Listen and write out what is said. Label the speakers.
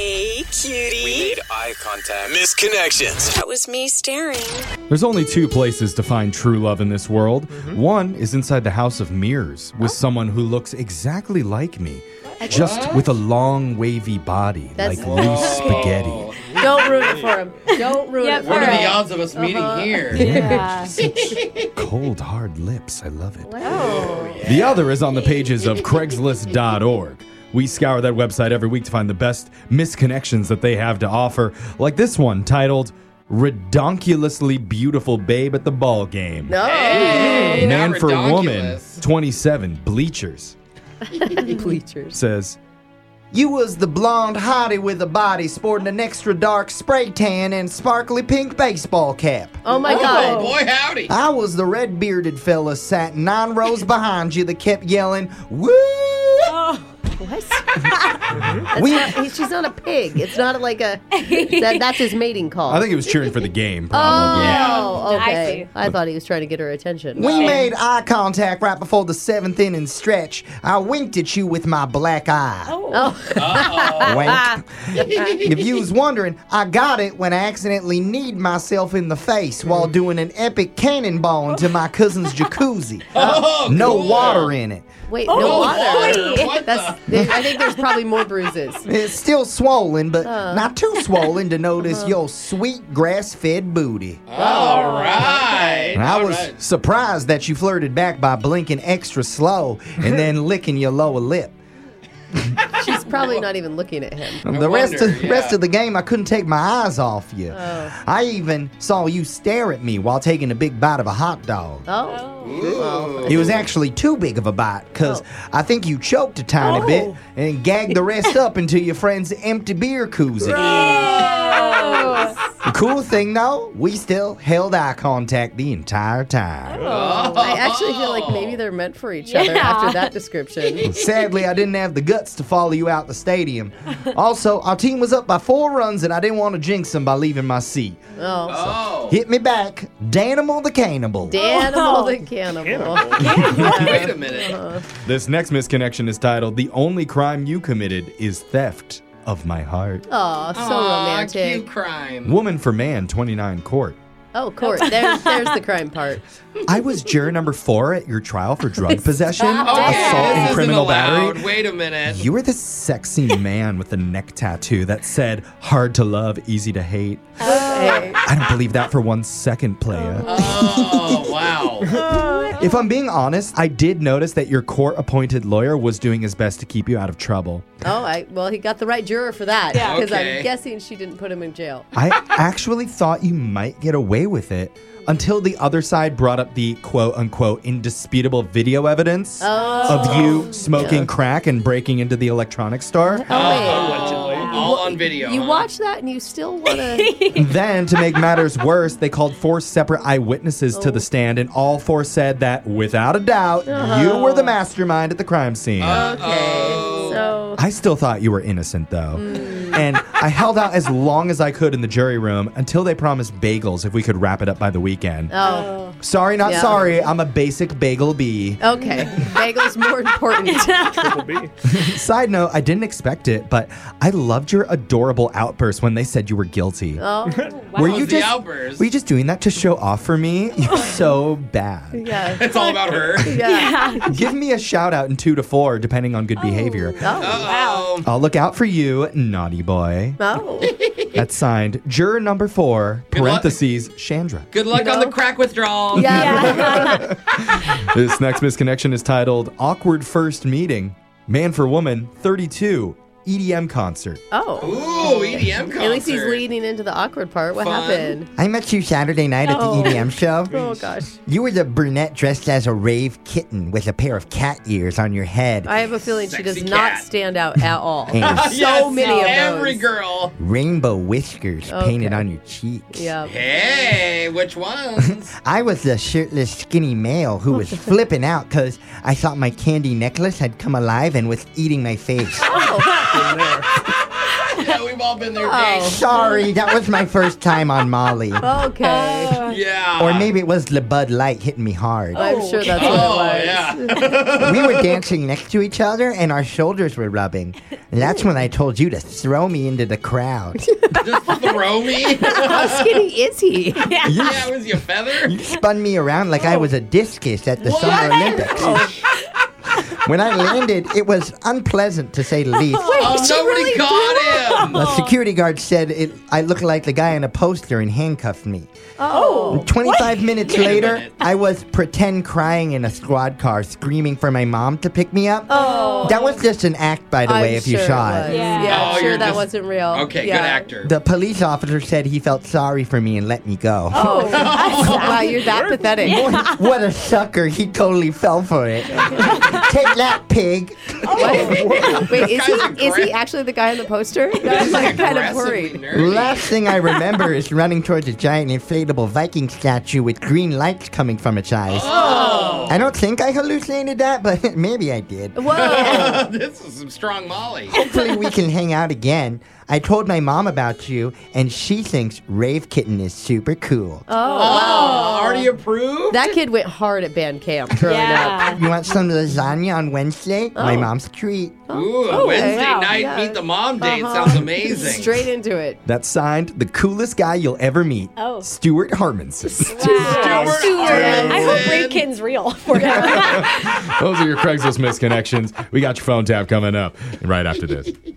Speaker 1: cutie.
Speaker 2: Made eye contact. Misconnections.
Speaker 1: That was me staring.
Speaker 3: There's only two places to find true love in this world. One is inside the House of Mirrors with someone who looks exactly like me, just with a long, wavy body,
Speaker 4: That's-
Speaker 3: like loose spaghetti.
Speaker 4: Don't ruin it for him. Don't ruin
Speaker 5: Yeah,
Speaker 4: it
Speaker 5: for
Speaker 4: for
Speaker 6: What are
Speaker 5: Alright.
Speaker 6: the
Speaker 4: him.
Speaker 6: odds of us meeting here?
Speaker 5: Yeah.
Speaker 3: Cold, hard lips. I love it. The other is on the pages of Craigslist.org. We scour that website every week to find the best misconnections that they have to offer, like this one titled Redonkulously Beautiful Babe at the Ball Game.
Speaker 4: No.
Speaker 6: Hey,
Speaker 3: Man
Speaker 6: not
Speaker 3: for woman,
Speaker 6: ridiculous.
Speaker 3: 27, bleachers,
Speaker 4: Bleachers.
Speaker 3: says,
Speaker 7: You was the blonde hottie with a body sporting an extra dark spray tan and sparkly pink baseball cap.
Speaker 4: Oh my
Speaker 6: Oh,
Speaker 4: god.
Speaker 6: boy, howdy.
Speaker 7: I was the red bearded fella sat nine rows behind you that kept yelling, Woo!
Speaker 4: What? Oh, That's not, he, she's not a pig. It's not like a. That, that's his mating call.
Speaker 3: I think it was cheering for the game, probably.
Speaker 4: Oh,
Speaker 5: I
Speaker 4: okay.
Speaker 5: see.
Speaker 4: I, thought he was trying to get her attention.
Speaker 7: We made eye contact right before the seventh inning stretch. I winked at you with my black eye. Wink. if you was wondering, I got it when I accidentally kneed myself in the face while doing an epic cannonball into my cousin's jacuzzi.
Speaker 6: Oh,
Speaker 7: No
Speaker 6: cool.
Speaker 7: water in it.
Speaker 4: Wait,
Speaker 6: Oh,
Speaker 4: no water.
Speaker 6: water. What
Speaker 4: That's. I think there's probably more bruises.
Speaker 7: It's still swollen, but not too swollen to notice your sweet grass fed booty.
Speaker 4: Oh.
Speaker 6: the? All right.
Speaker 7: And I
Speaker 6: all
Speaker 7: was
Speaker 6: right.
Speaker 7: surprised that you flirted back by blinking extra slow and then licking your lower lip.
Speaker 4: She's probably not even looking at him.
Speaker 7: The rest
Speaker 6: wonder,
Speaker 7: of rest
Speaker 6: yeah. Oh.
Speaker 7: of the game, I couldn't take my eyes off you. I even saw you stare at me while taking a big bite of a hot dog.
Speaker 4: Oh.
Speaker 7: It was actually too big of a bite because
Speaker 6: Oh.
Speaker 7: I think you choked a tiny bit and gagged the rest up into your friend's empty beer koozie. The cool thing though, we still held eye contact the entire time.
Speaker 6: Oh.
Speaker 4: I actually feel like maybe they're meant for each other
Speaker 5: Yeah.
Speaker 4: after that description.
Speaker 7: Sadly, I didn't have the guts to follow you out the stadium. Also, our team was up by four runs, and I didn't want to jinx them by leaving my seat.
Speaker 4: Oh.
Speaker 6: Oh.
Speaker 7: Hit me back, Danimal the Cannibal.
Speaker 4: Danimal the cannibal.
Speaker 6: Wait a minute.
Speaker 3: This next misconnection is titled The Only Crime You Committed is Theft of My Heart.
Speaker 4: Oh, so
Speaker 6: Aw,
Speaker 4: romantic.
Speaker 6: Cute crime.
Speaker 3: Woman for Man, 29 Court.
Speaker 4: Oh, of course. There's, there's the crime part.
Speaker 3: I was juror number four at your trial for drug possession, assault,
Speaker 6: Okay,
Speaker 3: and
Speaker 6: Oh, this isn't
Speaker 3: criminal
Speaker 6: allowed.
Speaker 3: battery.
Speaker 6: Wait a minute.
Speaker 3: You were the sexy man with the neck tattoo that said, hard to love, easy to hate.
Speaker 4: Hey.
Speaker 3: I don't believe that for one second, playa.
Speaker 6: Oh, wow.
Speaker 3: If I'm being honest, I did notice that your court appointed lawyer was doing his best to keep you out of trouble.
Speaker 4: Oh, I, well, he got the right juror for that.
Speaker 5: Yeah.
Speaker 4: Because
Speaker 6: Okay.
Speaker 4: I'm guessing she didn't put him in jail.
Speaker 3: I actually thought you might get away with it until the other side brought up the quote unquote indisputable video evidence of you smoking crack and breaking into the electronics store.
Speaker 4: Oh, wait.
Speaker 6: All on video.
Speaker 4: You
Speaker 6: huh?
Speaker 4: watch that and you still want to.
Speaker 3: then, to make matters worse, they called four separate eyewitnesses to the stand, and all four said that, without a doubt, you were the mastermind at the crime scene.
Speaker 6: Uh. Uh-oh.
Speaker 4: so.
Speaker 3: I still thought you were innocent, though. And I held out as long as I could in the jury room until they promised bagels if we could wrap it up by the weekend.
Speaker 4: Oh,
Speaker 3: Sorry, not
Speaker 4: Yeah. Oh.
Speaker 3: sorry. I'm a basic bagel bee.
Speaker 4: okay. Bagel's more important.
Speaker 3: Side note, I didn't expect it, but I loved your adorable outburst when they said you were guilty.
Speaker 4: Oh,
Speaker 3: were
Speaker 6: That
Speaker 3: you
Speaker 6: was the
Speaker 3: just
Speaker 6: outburst.
Speaker 3: were you just doing that to show off for me? You're so bad.
Speaker 4: yeah.
Speaker 6: It's all about her.
Speaker 4: Yeah.
Speaker 3: Give me a shout out in two to four, depending on good behavior.
Speaker 4: Oh.
Speaker 6: Wow.
Speaker 3: I'll look out for you, naughty boy.
Speaker 4: Oh.
Speaker 3: That's signed juror number four,
Speaker 6: Good luck.
Speaker 3: parentheses, Chandra.
Speaker 6: Good luck on the crack withdrawal.
Speaker 4: Yeah.
Speaker 3: This next misconnection is titled Awkward First Meeting, Man for Woman 32, EDM Concert.
Speaker 4: Oh.
Speaker 6: Ooh, EDM concert.
Speaker 4: At least he's leading into the awkward part. What
Speaker 6: Fun.
Speaker 4: happened?
Speaker 7: I met you Saturday night at
Speaker 4: Oh.
Speaker 7: the EDM show.
Speaker 4: Oh gosh.
Speaker 7: You were the brunette dressed as a rave kitten with a pair of cat ears on your head.
Speaker 4: I have a feeling she does
Speaker 6: Sexy
Speaker 4: not
Speaker 6: cat.
Speaker 4: stand out at all.
Speaker 7: And-
Speaker 4: so
Speaker 6: Yes,
Speaker 4: many of
Speaker 6: Every
Speaker 4: those.
Speaker 6: girl.
Speaker 7: Rainbow whiskers painted
Speaker 4: Okay.
Speaker 7: on your cheeks.
Speaker 4: Yeah.
Speaker 6: Hey, which ones?
Speaker 7: I was the shirtless skinny male who was flipping out because I thought my candy necklace had come alive and was eating my face.
Speaker 6: that We've all been there,
Speaker 4: Oh.
Speaker 6: Jake.
Speaker 7: Sorry, that was my first time on Molly.
Speaker 4: Okay.
Speaker 6: Yeah.
Speaker 7: Or maybe it was the Bud Light hitting me hard.
Speaker 4: I'm sure that's what it
Speaker 6: Oh,
Speaker 4: was.
Speaker 6: yeah.
Speaker 7: we were dancing next to each other and our shoulders were rubbing. And that's when I told you to throw me into the crowd.
Speaker 6: Just throw me.
Speaker 4: How skinny is he?
Speaker 6: yeah, was your feather? Um,
Speaker 7: Spun me around like I was a discus at the Summer Olympics. when I landed, it was unpleasant to say the least.
Speaker 6: Oh,
Speaker 4: She
Speaker 6: nobody
Speaker 4: really
Speaker 6: caught him.
Speaker 7: The security guard said it, I looked like the guy on a poster and handcuffed me.
Speaker 4: Oh.
Speaker 7: 25 minutes
Speaker 6: Wait a
Speaker 7: later,
Speaker 6: minute.
Speaker 7: I was pretend crying in a squad car, screaming for my mom to pick me up.
Speaker 4: Oh.
Speaker 7: That was just an act, by the
Speaker 4: I'm
Speaker 7: way, if you
Speaker 4: sure it
Speaker 7: saw
Speaker 4: was.
Speaker 7: it.
Speaker 4: Yeah,
Speaker 1: Yeah.
Speaker 4: I'm
Speaker 6: Oh,
Speaker 4: sure
Speaker 6: you're
Speaker 4: that
Speaker 6: just-
Speaker 4: wasn't real.
Speaker 6: Okay,
Speaker 4: Yeah.
Speaker 6: good actor.
Speaker 7: The police officer said he felt sorry for me and let me go.
Speaker 4: Oh, wow, you're that pathetic.
Speaker 7: What a sucker. He totally fell for it. Take that, pig.
Speaker 4: What? Wait, is
Speaker 6: Guy's
Speaker 4: he, is he
Speaker 6: aggra-
Speaker 4: actually the guy on the poster? I'm like kind of
Speaker 6: Aggressively
Speaker 4: worried.
Speaker 6: nerdy.
Speaker 7: Last thing I remember is running towards a giant inflatable Viking statue with green lights coming from its eyes.
Speaker 3: Oh.
Speaker 7: I don't think I hallucinated that, but maybe I did.
Speaker 4: Whoa.
Speaker 6: this is some strong Molly.
Speaker 7: Hopefully, we can hang out again. I told my mom about you, and she thinks Rave Kitten is super cool.
Speaker 6: Oh, already approved?
Speaker 4: That kid went hard at band camp. growing up.
Speaker 1: Yeah.
Speaker 7: You want some lasagna on Wednesday? My
Speaker 3: Oh.
Speaker 7: mom's treat.
Speaker 6: Ooh, a
Speaker 4: okay.
Speaker 6: Wednesday
Speaker 4: Yeah,
Speaker 6: night
Speaker 4: Oh, yeah.
Speaker 6: meet the mom date
Speaker 4: Uh-huh.
Speaker 6: sounds amazing.
Speaker 4: Straight into it.
Speaker 3: That's signed the coolest guy you'll ever meet,
Speaker 1: Oh.
Speaker 3: Stuart Harmonson.
Speaker 1: Wow.
Speaker 6: Stuart Armisen.
Speaker 1: I hope Ray Kitten's real for him.
Speaker 3: Those are your Craigslist misconnections. We got your phone tap coming up right after this.